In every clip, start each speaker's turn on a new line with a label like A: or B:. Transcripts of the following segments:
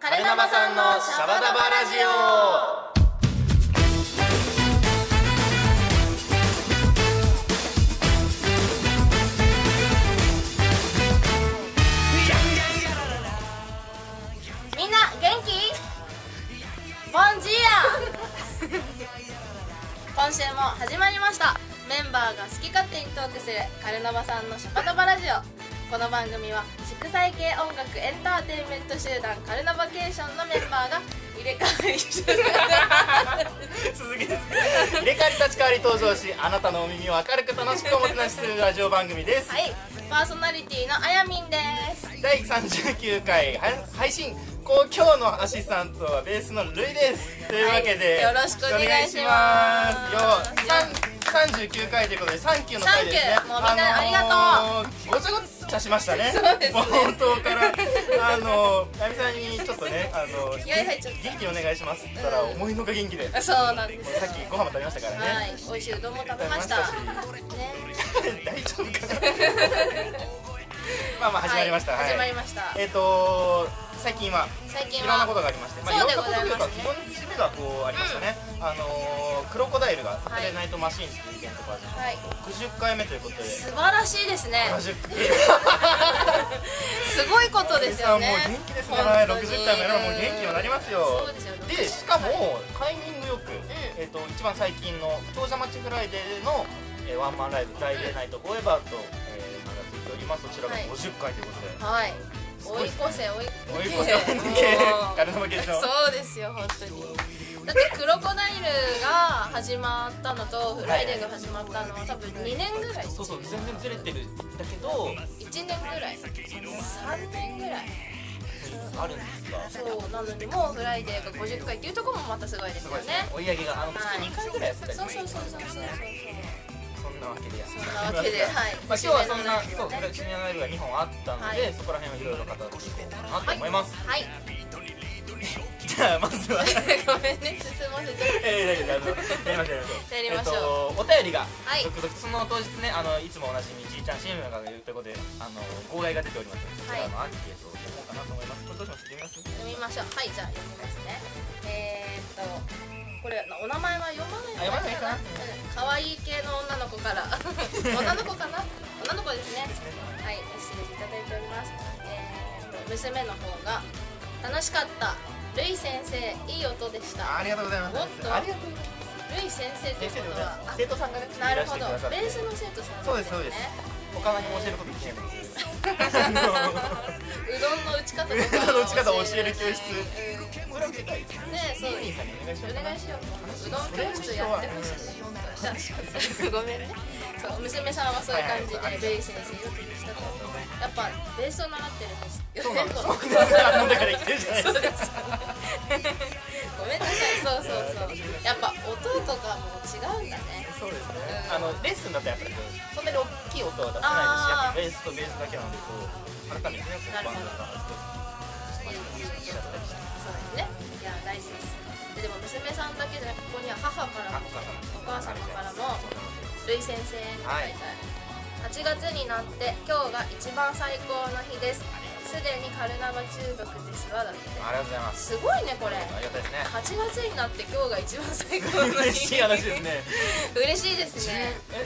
A: カレナバさんのシャバダバラジオみんな元気ボンジ ーア今週も始まりましたメンバーが好き勝手にトークするカルナバさんのシャバダバラジオこの番組は祝祭系音楽エンターテインメント集団カルナバケーションのメンバーが入れ替わり一緒に
B: 続きです入れ替わり立ち替わり登場しあなたのお耳を明るく楽しくおもてなしするラジオ番組です、
A: はいパーソナリティのあやみんです
B: 第39回は配信こう今日のアシスタントはベースのルイですというわけ
A: は
B: で、
A: いよろしくお願いします
B: よ三39回ということでサンキューの回ですね
A: サンキューもうみんな
B: のーごちゃごちゃしましたね
A: そうですね
B: 冒頭からあのー、あゆみさんにちょっとねあのー
A: 気合入っちゃった
B: 元気お願いしますって言ったら、
A: うん
B: 思いのが元気で、
A: あそうなんです
B: さっきご飯も食べましたからね、
A: はい美味しいうどんも食べましたね
B: 食大丈夫かな まあまあ始まりました、
A: はい
B: はい
A: 始まりました
B: えっ、と最近は
A: 最近
B: いろんな
A: は
B: ことがありまして、
A: そうで
B: いろんなことというか
A: ござ
B: 基
A: い
B: 本締めがこうありましたね、あのークロコダイルが「サタデーナイトマシーン」っていうイベントがあって
A: はい
B: 60回目ということで
A: 素晴らしいですね
B: 70
A: すごいことですよね
B: もう元気ですねはい
A: 本当に
B: 60回目ならもう元気になりますよ
A: そうですよ
B: でしかもタイミングよく、
A: ん
B: えっと一番最近の「長者町フライデー」の、えーワンマンライブ「大デーナイトフォーエバーと」えー、名が付いておりますそちらが
A: はい
B: 50回ということで、
A: はい
B: すご
A: 追
B: い
A: い越せ追い
B: 追い
A: 抜け
B: 越せ追い抜 け
A: もう
B: 彼の負けでし ょ
A: そうですよ本当にだってクロコダイルが始まったのとフライデーが始まったのは多分2年ぐらい
B: そうそう全然ずれてるんだけど
A: 1年ぐらい3年ぐらい
B: あるんですが
A: そうなのにもうフライデーが50回っていうところもまたすごいです
B: す
A: よ
B: ごいですね
A: ね
B: 追い上げがあの月
A: はい
B: 2回ぐらいやってたり
A: そう
B: ね
A: そうそうそうそうそう
B: そんなわけでやそ
A: んなわけではい
B: まあ今日はそんな
A: 新年
B: そ
A: の
B: う
A: ライブね
B: シニアライブが2本あったの
A: は
B: で
A: い
B: そこら辺をいろいろ語っていこうかなと
A: はい
B: 思います
A: はい
B: じゃあまずは
A: ごめんね進ませて
B: えー、大丈夫大丈夫やりましょう
A: やり
B: やりま
A: ま
B: し
A: し
B: ょ
A: ょう
B: うえっとお便りが
A: はい
B: 続々その当日ねあのいつもおなじみじいちゃん CM が言うということであの号外が出ておりますのでそちらのアンケートを読もうかなと思いますこれどうします読み
A: 読みま
B: ます
A: しょうはいじゃあ読みますねえー、っとこれお名前は読まない
B: あ読まないか
A: う
B: な
A: ん可愛い系の女の子から 女の子かな女の子ですねはいメッセージいただいておりますえー、っと娘の方が楽しかったルイ先生いい音でした
B: ありがとうございま
A: おっ
B: す
A: と
B: ありがとうございます
A: ルイ先生とい
B: 先
A: うこと
B: 生でござい
A: は
B: ます
A: あ
B: 生徒さんがねちょっと
A: ない
B: ら
A: る
B: っしゃ
A: ほ
B: って
A: ど
B: くださって
A: ベースの生徒さん
B: そう
A: なんで
B: で
A: すす
B: そうです
A: ね
B: 他の人も教えることできないので
A: うどんの打ち方とか
B: うどんの打ち方を教える教室
A: うん
B: 裏見てたいですね
A: ねそうです
B: さんにお願いし
A: お
B: ようかな
A: 願いしよううどん教室やってほしいねごめんねそう娘さんはそういう感じ
B: はいはい
A: でベイ先生よくしたとやっぱベースを習ってるんですよ
B: そうなんです
A: そう
B: 僕たちは飲んだから生きてるじゃないですか
A: ですごめんなさいそうそうそうやっぱ音とかも違うんだね
B: そうですね
A: うん
B: あのレッスンだとやっぱりこうそんなに大きい音は出せ
A: あー
B: ないですしやっぱベースとベースだけなのでこう改めてねこうバンドだからちょ
A: い
B: っ
A: やいやいやそうですねいや大事ですででも娘さんだけじゃなくここには母からも
B: と
A: お母様からも
B: そうなんです
A: ルイ先生に書いてある、8月になって今日が一番最高の日ですすでにカルナバ中毒ですわだって
B: ありがとうございます
A: すごいねこれ
B: ありがたいですね
A: 8月になって今日が一番最高の日
B: 嬉しい話ですね
A: 嬉しいですね
B: え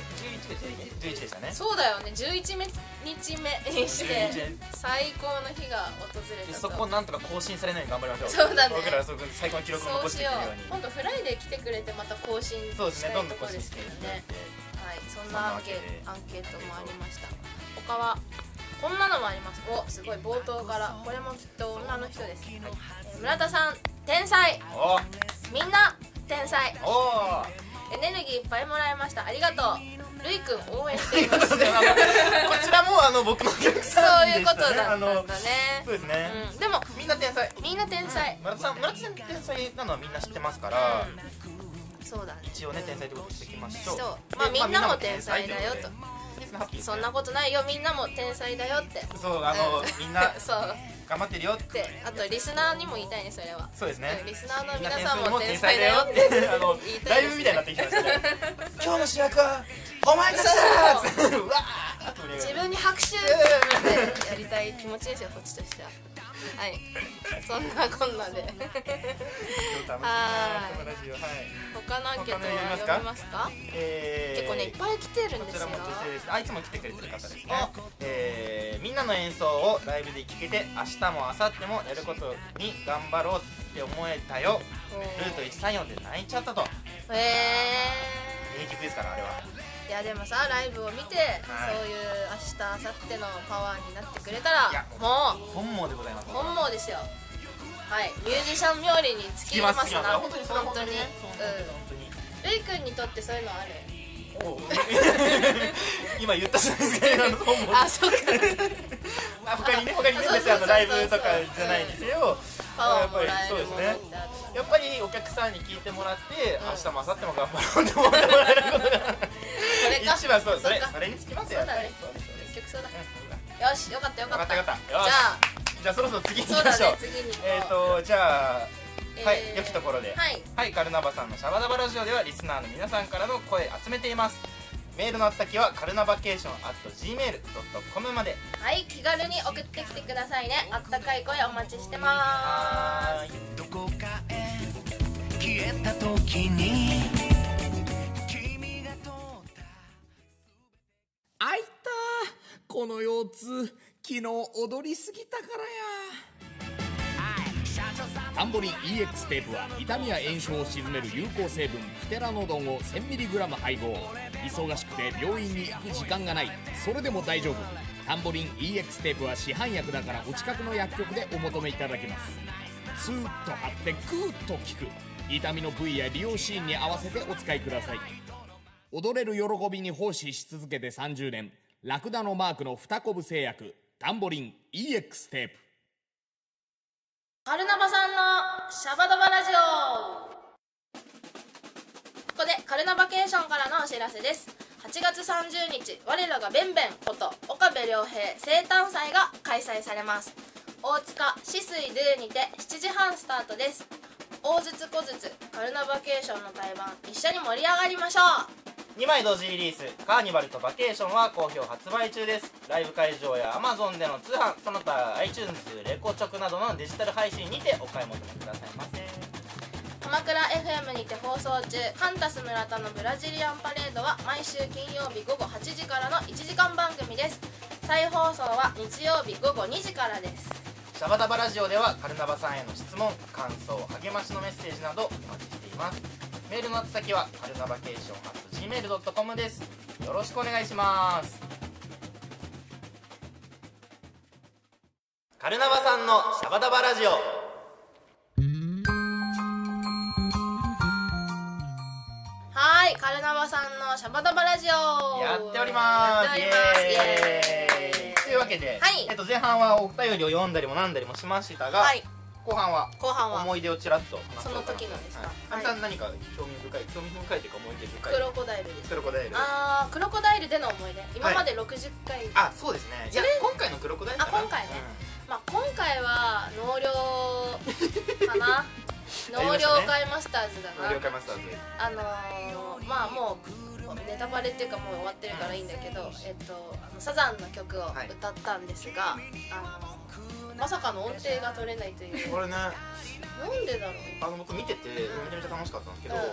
B: 11でした11でしたね
A: そうだよね11日目にして
B: 11
A: 最高の日が訪れ
B: で
A: た
B: そ
A: と
B: こをなんとか更新されないように頑張りましょう
A: そうだね
B: 僕らはそこ最高の記録を
A: そ
B: 残
A: う
B: して
A: し
B: いけ
A: よ
B: る
A: う
B: ように
A: 今度フライデー来てくれてまた更新し
B: そうです
A: た
B: ね
A: い
B: ど
A: と
B: んどん
A: こ
B: 更
A: ろ
B: 新
A: です
B: し
A: け
B: てい
A: ど
B: ただい
A: ね
B: て
A: はい、そんなアンケアンケートもありました他はこんなのもありますおすごい冒頭からこれもきっと女の人です、えー村田さん天才
B: お
A: みんな天才
B: おおー
A: エネルギーいっぱいもらいましたありがとうるいくん応援し
B: と
A: て
B: い
A: いう
B: こ
A: ま
B: と
A: す
B: であのこちらもあの僕のお客
A: そ
B: さん
A: う
B: で
A: いうこ
B: した
A: とだったんだね
B: そうですね、
A: うん、でも
B: みんな天才
A: みんな天才、
B: 村田さん村田さん天才なのはみんな知ってますから、
A: うんそうだね
B: 一応ね天才ってことにしておきましょう
A: そう
B: で
A: まあみんなも天才だよ
B: みんな
A: と
B: も天才ということでいいですねハッピーです
A: そ
B: ね
A: んなことないよみんなも天才だよって
B: そうあの、
A: うん
B: みんな
A: そう
B: 頑張ってるよっ
A: ってあとリスナーにも言いたいねそれは
B: そうですね
A: うんリスナーの皆さんも
B: み
A: 天
B: んな
A: 才だよって
B: 天才だよってあの
A: 言いた
B: ラ
A: い
B: イ
A: ですね
B: ブみたいになってきてましたね今日の主役はお前たちだ
A: そう
B: ー うわー
A: 自分に拍手ってやりたい気持ちですよこっちとしてははいそんなこんなで
B: ちょっと楽しいなこのラジオはい
A: 他のアンケートは読みますか
B: えー
A: 結構ねいっぱい来てるん
B: こ
A: で
B: ち
A: す
B: ら
A: よ
B: も女性ですあいつも来てくれてる方ですね、えーみんなの演奏をライブで聴けて明日も明後日もやることに頑張ろうって思えたよ
A: お
B: ルート
A: ー
B: 134で泣いちゃったと
A: え
B: 名曲ですからあれは
A: ーいやでもさライブを見て、
B: はい
A: そういう明日明後日のパワーになってくれたら
B: いや
A: もう
B: 本望でございます
A: 本望ですよはいミュージシャン冥利に
B: つ
A: 尽き
B: き
A: ま
B: ます
A: す
B: つ
A: な
B: きます本当にそれは
A: 本
B: 本
A: 当
B: 当
A: に
B: にね
A: うんるいくんにとってそういうのある
B: 本当におう 今言ったじゃないですか今の本 望
A: あそうか
B: まあ他にね他にね
A: そうそう
B: 別にあのライブとかじゃないにせよ
A: パワ
B: や
A: ー
B: っ
A: も
B: ぱり
A: らえ
B: そう
A: る
B: で
A: も
B: す
A: の
B: ね
A: ってある
B: やっぱりお客さんに聞いてもらって、
A: うん
B: 明日も明後日も頑張ろうって思ってもらえることが
A: それか
B: 一番そうそれ
A: か
B: それにつきますよ
A: そうだね
B: そうですそうです
A: 結局そうだ
B: うん
A: よしよかったよか
B: わか
A: っ
B: ったた
A: じ
B: よ
A: ゃ
B: かったよし
A: あ
B: じゃあそろそろ次行き
A: そう
B: ま
A: だ
B: しょう
A: ね次に行こう
B: えっ、とじゃあはい、
A: えー
B: 良きところで
A: はい
B: はい、カルナバさんのシャバダバラジオではリスナーの皆さんからの声集めていますメールの宛先はカルナバケーション at gmail.com まで
A: はい気軽に送ってきてくださいねあったかい声お待ちしてま
B: はーい
C: どこかへ消えた時に君が通った
D: あいたこの腰痛昨日踊りすぎたからやタンボリン EX テープは痛みや炎症を鎮める有効成分プテラノドンを 1000mg 配合忙しくて病院に行く時間がないそれでも大丈夫タンボリン EX テープは市販薬だからお近くの薬局でお求めいただけますスーッと貼ってグーッと効く痛みの部位や利用シーンに合わせてお使いください踊れる喜びに奉仕し続けて30年ラクダのマークの二コブ製薬タンボリン EX テープ
A: カルナバさんのシャバダバラジオここでカルナバケーションからのお知らせです8月30日我らがベンベンこと岡部良平生誕祭が開催されます大塚止水ドゥにて7時半スタートです大筒小筒カルナバケーションの対バン一緒に盛り上がりましょう
B: 2枚同時リリース「カーニバルとバケーション」は好評発売中ですライブ会場や Amazon での通販その他 iTunes レコチョクなどのデジタル配信にてお買い求めくださいませ
A: 鎌倉 FM にて放送中カンタス村田のブラジリアンパレードは毎週金曜日午後8時からの1時間番組です再放送は日曜日午後2時からです
B: シャバダバラジオではカルナバさんへの質問感想励ましのメッセージなどお待ちしていますメールの宛先はカルナバケーション at gmail.com ですよろしくお願いしますカルナバさんのシャバダバラジオ
A: はーいカルナバさんのシャバダバラジオ
B: やっておりま
A: やっ
B: す
A: ております
B: イエーイと
A: イエーイ
B: いうわけで、
A: はい
B: えっと、前半はお便りを読んだりもなんだりもしましたが、
A: はい
B: 後半は
A: 後半は
B: 思い出をちらっと話そうかな
A: その時のですか
B: はい
A: はい
B: あんた何か興味深い興味深いというか思い出深い
A: クロコダイルです
B: クロコダイル
A: あークロコダイルでの思い出今まで60回、
B: あそうですねい
A: そ
B: や
A: れ
B: 今回のクロコダイルかな
A: あ今回ねまあ、今回は納涼か な納涼会マスターズだ
B: うん
A: な
B: 了解マスターズ
A: あのー、まあもうネタバレっていうかもう終わってるからいいんだけど、えっと、あのサザンの曲を
B: はい
A: 歌ったんですが、あのーまさかの音程が取れないという
B: これね
A: なんでだろう
B: あの僕見ててめちゃめちゃ楽しかったんですけど、
A: うん
B: あ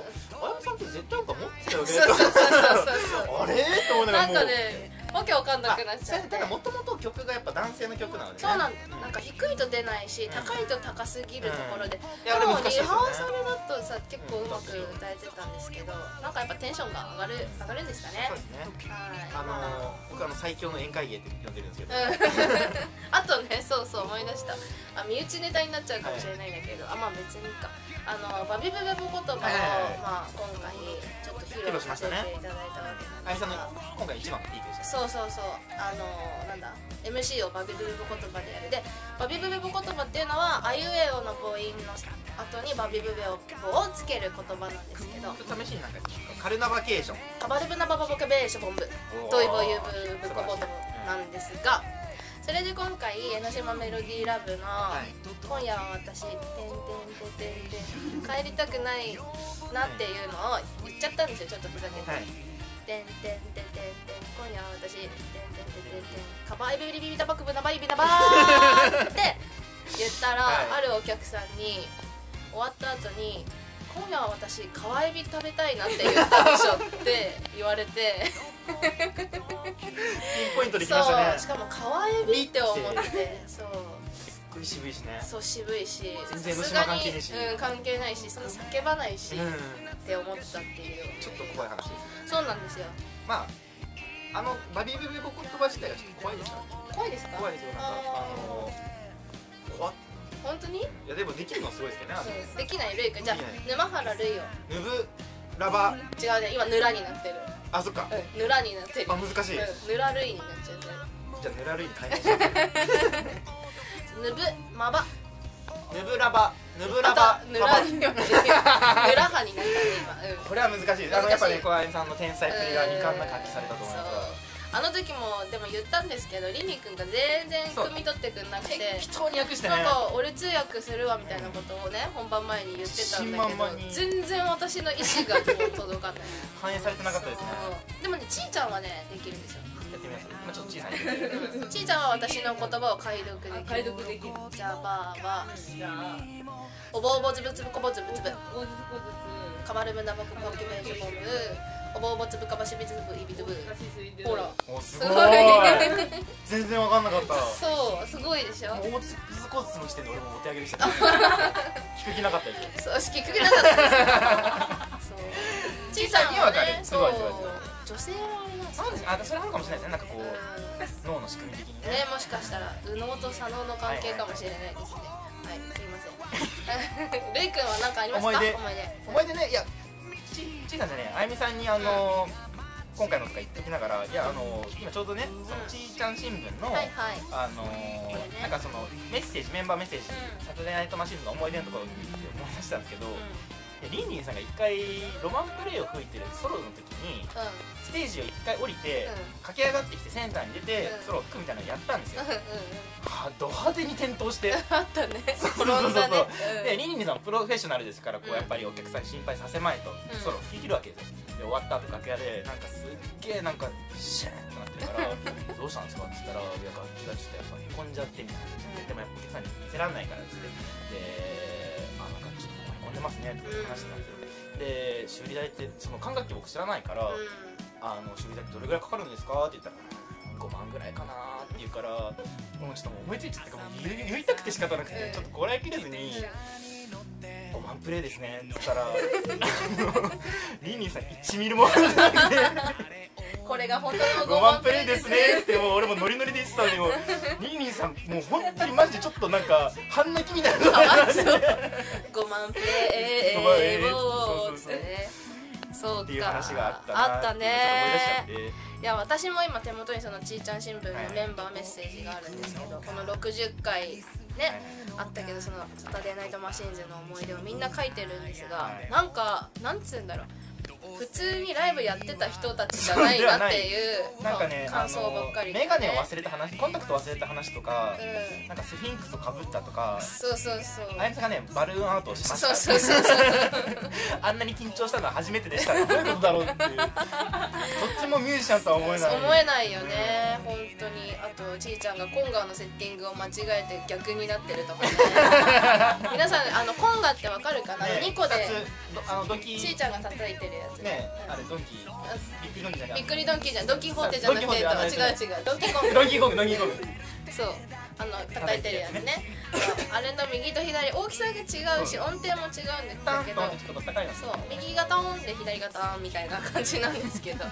B: やむさんって絶対なんか持ってたよね
A: そうそうそうそうそ
B: あれと思いうなが
A: なん
B: らもう
A: かねわけわかんなくなっちゃっ
B: あ
A: て
B: ただもともと曲がやっぱ男性の曲なので、ね、
A: そうなんだなんか低いと出ないし高いと高すぎるところで、
B: いやあ
A: で
B: れ
A: も
B: 難し
A: リ
B: いですよね
A: ハーサルだとさ結構うまく歌えてたんですけどなんかやっぱテンションが上がる上がるんですかね
B: そうですね
A: はい
B: あのー、僕あの最強の宴会芸って呼んでるんですけど、
A: あとねそうそう思い出したあ身内ネタになっちゃうかもしれないんだけど、あまあ別にいいかあのバビブベボ言葉を、
B: はい
A: ま
B: はいはい
A: あ、今回ちょっと披露させていただいたわけ
B: あ
A: なんで
B: や
A: す
B: さんの
A: が、
B: 今回一番のピークでした
A: そうそうそうあのなんだ MC をバビブベボ言葉でやるでバビブベボ言葉っていうのはあいうえおの母音の後にバビブベボをつける言葉なんですけど
B: ちょっと試しになんかカルナバケーション
A: カバルブナババボケベーショボンブ
B: おー
A: とイボユブブ
B: 素
A: コ
B: 晴
A: ボ
B: らしい
A: トなんですがそれで今回江ノ島メロディーラブの
B: い
A: 「今夜は私てんてんてんてんてん帰りたくないな」っていうのを言っちゃったんですよちょっとふざけて
B: はい
A: 「てんてんてんてんてん今夜は私てんてんてんてんてんカバイビビビビタバクブナバイビナバー」って言ったら、
B: はい
A: あるお客さんに終わった後に「今夜は私川エビ食べたいなって言ったでしょ」って言われて
B: ピンポイントでき
A: そ
B: ましたね
A: うしかも川エビって思ってそう
B: 食いしぶいしね
A: そう渋いし
B: 全
A: さ
B: 然
A: す
B: 虫
A: が
B: 歯関係
A: に
B: ねえし
A: うん、関係ないしその叫ばないし、
B: う
A: っ
B: ん
A: て思ったっていう
B: ちょっと怖い話ですね
A: そうなんですよ
B: まああのバビブビボコットバ自体がちょっと怖いですよね
A: 怖いですか
B: 怖いですよなんかあ
A: あー
B: の怖っ
A: 本当に、
B: いやでもできるのはすごいですけどねあ
A: うんできないルイくんじゃあ
B: できない
A: 沼原ルイを
B: のヌブラバ
A: 違うね今ぬらになってる
B: あそっか
A: うんぬらになってる
B: あ難しいじゃ
A: うんぬらルイになっちゃうね
B: あヌラルイに変えま しょう
A: ぬぶまば
B: ヌブラバヌブラ
A: あ
B: バ
A: とぬ
B: パ
A: ら
B: パ
A: になってるぬらはになったね今、うん
B: これは難しいですあのやっぱ
A: 難し
B: ね
A: い
B: 小林さんの天才っぷりが遺憾なく発揮されたと思いますが
A: あの時もでも言ったんですけどりにくんが全然
B: そう
A: 汲み取ってくんなくて
B: 適当に訳してね
A: なんか俺通訳するわみたいなことをね本番前に言ってたんだけ
B: 自信満々
A: ど
B: に
A: 全然私の意思がもう届 かない
B: 反映されてなかったですね
A: そうでもねちーちゃんはねできるんですよ
B: やってみますまあちょっと小さいん で
A: ちーちゃんは私の言葉を解読できる
E: 解読できる
A: じゃあばあば
E: じゃあ
A: おぼおぼつぶつぶこぼつぶつぶ
E: 5ずつ5
A: かまるむなばくぼきめんしょぼむおぼおぼつぶかばしびつぶいびつぶ
E: ずつ難しすぎて
A: ほら
B: お
A: す
B: すご
A: ごい
B: い全然わかんなかった
A: そうすごいでしょ
B: もう大津ずこつの時点で俺もお手上げで した、ね、聞く気なかったです
A: そうし聞くなかったですよそうちいちゃんはね
B: 小さいにはわかるすごいすごいすごい
A: 女性はあれなんですか
B: なんでしょうあそれあるかもしれないですねなんかこう
A: う
B: 脳の仕組み的に
A: んね
B: ね
A: もしかしたら右脳と左脳の関係かもしれないですねはいすいません るいくんは何かありますか
B: 思い出
A: 思い出
B: お前でねいやちちいさんじゃねえあゆみさんにあの今回のとか言ってきながらいやあの今ちょうどねそのちーちゃん新聞の、
A: はいはい
B: あのなんかそのメッセージメンバーメッセージ、サタデーナイトマシーンの思い出のところを見て思い出したんですけど、
A: う
B: でリンリンさんが一回ロマンプレイを吹いてるソロの時に
A: んうん
B: ステージを一回降りて、
A: うん
B: 駆け上がってきてセンターに出て、
A: うん
B: ソロを吹くみたいなのやったんですよ、
A: うんうん
B: はド派手に転倒して
A: あったね
B: そうそうそう
A: 転んだねうん
B: でリンリンさんプロフェッショナルですからこ
A: う
B: うんやっぱりお客さんに心配させまいと、
A: ん
B: ソロ吹き切るわけですよで終わった後楽屋でなんかすっげえなんかシェーンってなってる からどうしたんですかって言ったらいや楽器がちょっとやっぱへこんじゃってみたいな感じででもやっぱお客さんに見せらんないからっつってであなんかちょっとへこんでますねって話してたんですよで修理代ってその管楽器僕知らないから、
A: うん
B: あの修理代ってどれぐらいかかるんですか?」って言ったら「5万ぐらいかな」って言うからもうちょっともう思いついちゃったからもう言い言いたくて仕方なく
A: う
B: て
A: ん
B: ちょっとこらえきれずに「5万プレイですね」って言ったら あのリンリンさん1ミリも入ってなくて
A: これが本当の
B: 5
A: 5万
B: 万
A: プ
B: プ
A: レ
B: レ
A: イ
B: イ
A: で
B: ですす
A: ね
B: ねってもう俺もノリノリで言ってたのにもうリンリンさんもう本当にマジでちょっとなんか半泣きみたいな
A: 5万プレ
B: 5万
A: イ
B: えー
A: を
B: そう
A: つっ
B: そう
A: てねそうか
B: っていう話があったな
A: あったね
B: っていうこ
A: いや私も今手元にそのちーちゃん新聞
B: は
A: の
B: い
A: メンバーメッセージがあるんですけどこの60回ねあったけどその「サタデーナイトマシーンズ」の思い出をみんな書いてるんですが
B: はい
A: なんかなんつうんだろう普通にライブやってた人たちじゃないなっていう
B: とが思い出しちゃってなんかねあ
A: 感想ば
B: の
A: っかりでね
B: 眼鏡を忘れた話コンタクト忘れた話とか
A: う
B: なんかスフィンクスをかぶったとか
A: そうそうそう
B: あいつがねバルーンアウトをしました
A: そうそうそうそう
B: あんなに緊張したのは初めてでしたねどういうことだろうっていうどっ ちもミュージシャンとは思えない
A: 思えないよね本当にあとちいちゃんがコンガのセッティングを間違えて逆になってる とかね皆さんあのコンガってわかるかな、
B: ね
A: 2個で
B: 二つどあのドキ
A: ちいちゃんが叩いてるやつ
B: ね
A: うん
B: あれドンキビッグドンキじゃな
A: びっ
B: い
A: くりドンキーじゃんドンキホーテじゃなくて
B: ドンキホーテじゃな
A: 違
B: いう
A: 違うドンキホーテ
B: ドンキーコングドンキーコング
A: そうあの叩いてるやつねあれの右と左大きさが違うし音程も違うん
B: タ
A: だ
B: ン
A: け
B: ト
A: ど
B: ンってちょっと高いの
A: そう右がターンで左がターンみたいな感じなんですけど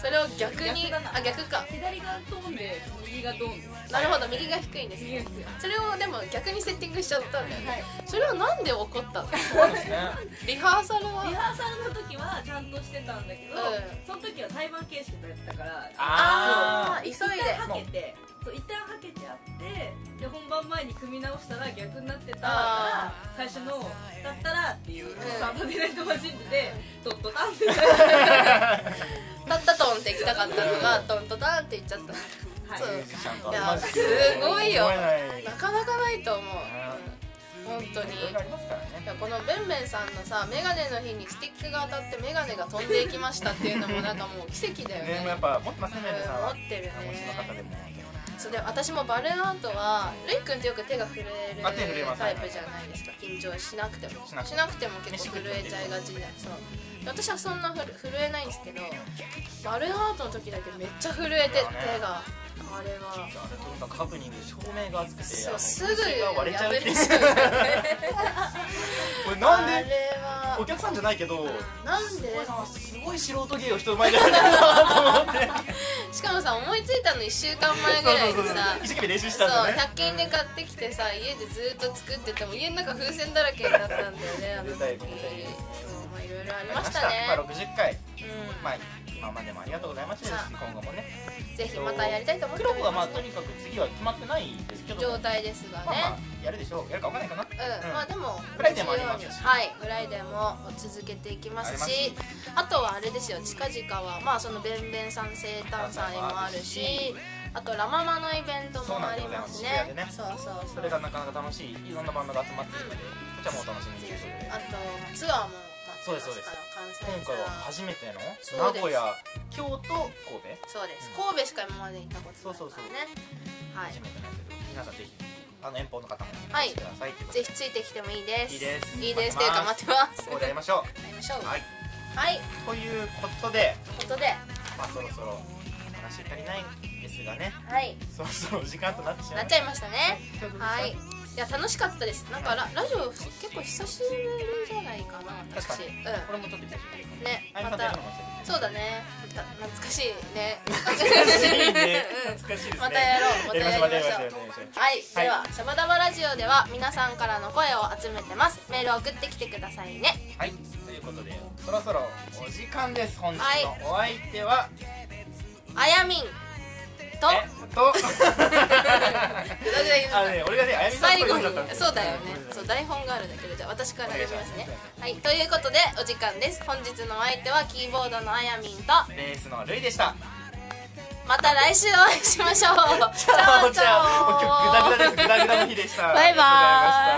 A: それを逆にあ逆か
E: 左がドンで右がドン
A: なるほど右が低いんです
E: 右が
A: ね
E: 低い
A: それをでも逆にセッティングしちゃったんだよね、それはなんで起こったの
B: そうですね
A: リハーサルは
E: リハーサルの時はちゃんとしてたんだけど、
A: うん
E: その時は対バン形式だったから
A: あー急
E: 一旦
A: いで
E: はけてそう一旦はけてあってで本番前に組み直したら逆になってたから
A: あ
E: 最初の「だったら」っていう「
A: ん
E: サンドデナイトマシンズ」で「トットタン」っ てなって
A: タッタトンって行きたかったのがトントタンって行っちゃった、
E: はい
A: そう
B: ミュージシャンと
A: い
B: は
A: や
B: マジです
A: ごいよ
B: 思えない
A: なかなかないと思う、うん本当に
B: いろいろありますからね
A: いやこのベンベンさんのさメガネの日にスティックが当たってメガネが飛んでいきましたっていうのもなんかもう奇跡だよね
B: ねもやっぱ持ってますねメンデさんは
A: 持ってるね
B: お持ちの方でも
A: そうで私もバルーンアートはルイ君ってよく手が震える
B: あ手震えます
A: タイプじゃないですか緊張しなくても
B: しなくても
A: ても結構震えちゃいがちじゃんそうで私はそんなふる震えないんですけどバルーンアートの時だけめっちゃ震えて
B: そうだね
A: 手があれは
B: あれとにかくハプニングで照明が熱くてあ
A: そ
B: の
A: うすぐ
B: 口が
A: 破
B: 割
A: れ
B: れ
A: ち
B: ち
A: ゃ
B: ゃ
A: う
B: う
A: ね
B: っていうこれなん
A: あれ
B: でお
A: は
B: 客さんじゃないけど
A: なんです
B: ごい素人芸を人前でやってるなと思って
A: しかもさ思いついたの1週間前ぐらいでさ
B: 一生懸命練習し
A: そ
B: た
A: うん
B: だね
A: 100均で買ってきてさ家でずっと作ってても家の中風船だらけになったんだよねあの時
B: めでたい
A: そう
B: めでたい
A: まあいろいろあり
B: や
A: ましたね
B: まあ60回
A: うん
B: まあ今までもありがとうございましたですし今後もね
A: ぜひまたやりたいと思って
B: クロ
A: お
B: コ
A: り
B: がま
A: ま
B: あ
A: す
B: とにかく次は決まってないんですけど
A: 状態ですがね
B: まあまあやるでしょうやるかわかんないかな
A: うん、
B: うん
A: まあでも
B: フライデーもありますし
A: 同じようにはいフライデーも続けていきます
B: あ
A: し
B: り
A: あとはあれですよ近々はまあそのべんべんさん生誕祭もあるしあとラママのイベントもありますね
B: そうなんでございます
A: そうそうそう
B: それがなかなか楽しいいろんなバンドが集まっているのでこっちはもうお楽しみにということで
A: あとツアーも
B: そうですそうです
A: 関西
B: 今
A: ツア
B: 回は
A: ー
B: 初めての
A: そうです
B: 名古屋京都神戸
A: そうです神戸しか今まで行ったことないからねはい
B: 初めてなんですけど皆さんぜひあの遠方の方も
A: はい
B: 来てくださいってことで
A: ぜひついてきてもいいです
B: いいです
A: いいですっていうか待ってます
B: ここでやりましょ
A: やりましょう
B: うはい
A: はい
B: ということで
A: ということで
B: まあそろそろ話足りないんですがね
A: はい
B: そろそろ時間となってし
A: な
B: ま
A: っ
B: いま
A: ちゃ
B: し
A: いましたね
B: た
A: はいいや楽しかったですなんかララジオ結構久しぶりじゃないかな
B: 確か
A: 私うん
B: にこれもちょっと久しぶり
A: ね
B: あい
A: ま
B: さんとやる
A: た
B: のもちょっ
A: そうだねた懐かしいね
B: と久しぶりですね
A: うん
B: 懐かしいですね
A: またやろうまたやりましょう
B: やりましょうやりましょうやりましょう
A: はい、
B: はい
A: では「シャバダバラジオ」では皆さんからの声を集めてますメールを送ってきてくださいね
B: はい、ということで、そろそろお時間です。本日
A: はい
B: のお相手は、
A: あや みんと
B: えっと、
A: ぐだぐだ言う
B: あのね、俺がね、あやみさん
A: 最
B: っぽい
A: 後
B: こ
A: に
B: とだったんです
A: そうだよねそう台本があるんだけどじゃあ私から読みますねはいということでお時間です本日のお相手はキーボードのあやみんと
B: ベースのルイでした。
A: また来週お 会いしましょうチャオチャオ
B: もう今日グダグダです。グダグダの日でした。
A: バイバーイ
B: ありがとうございました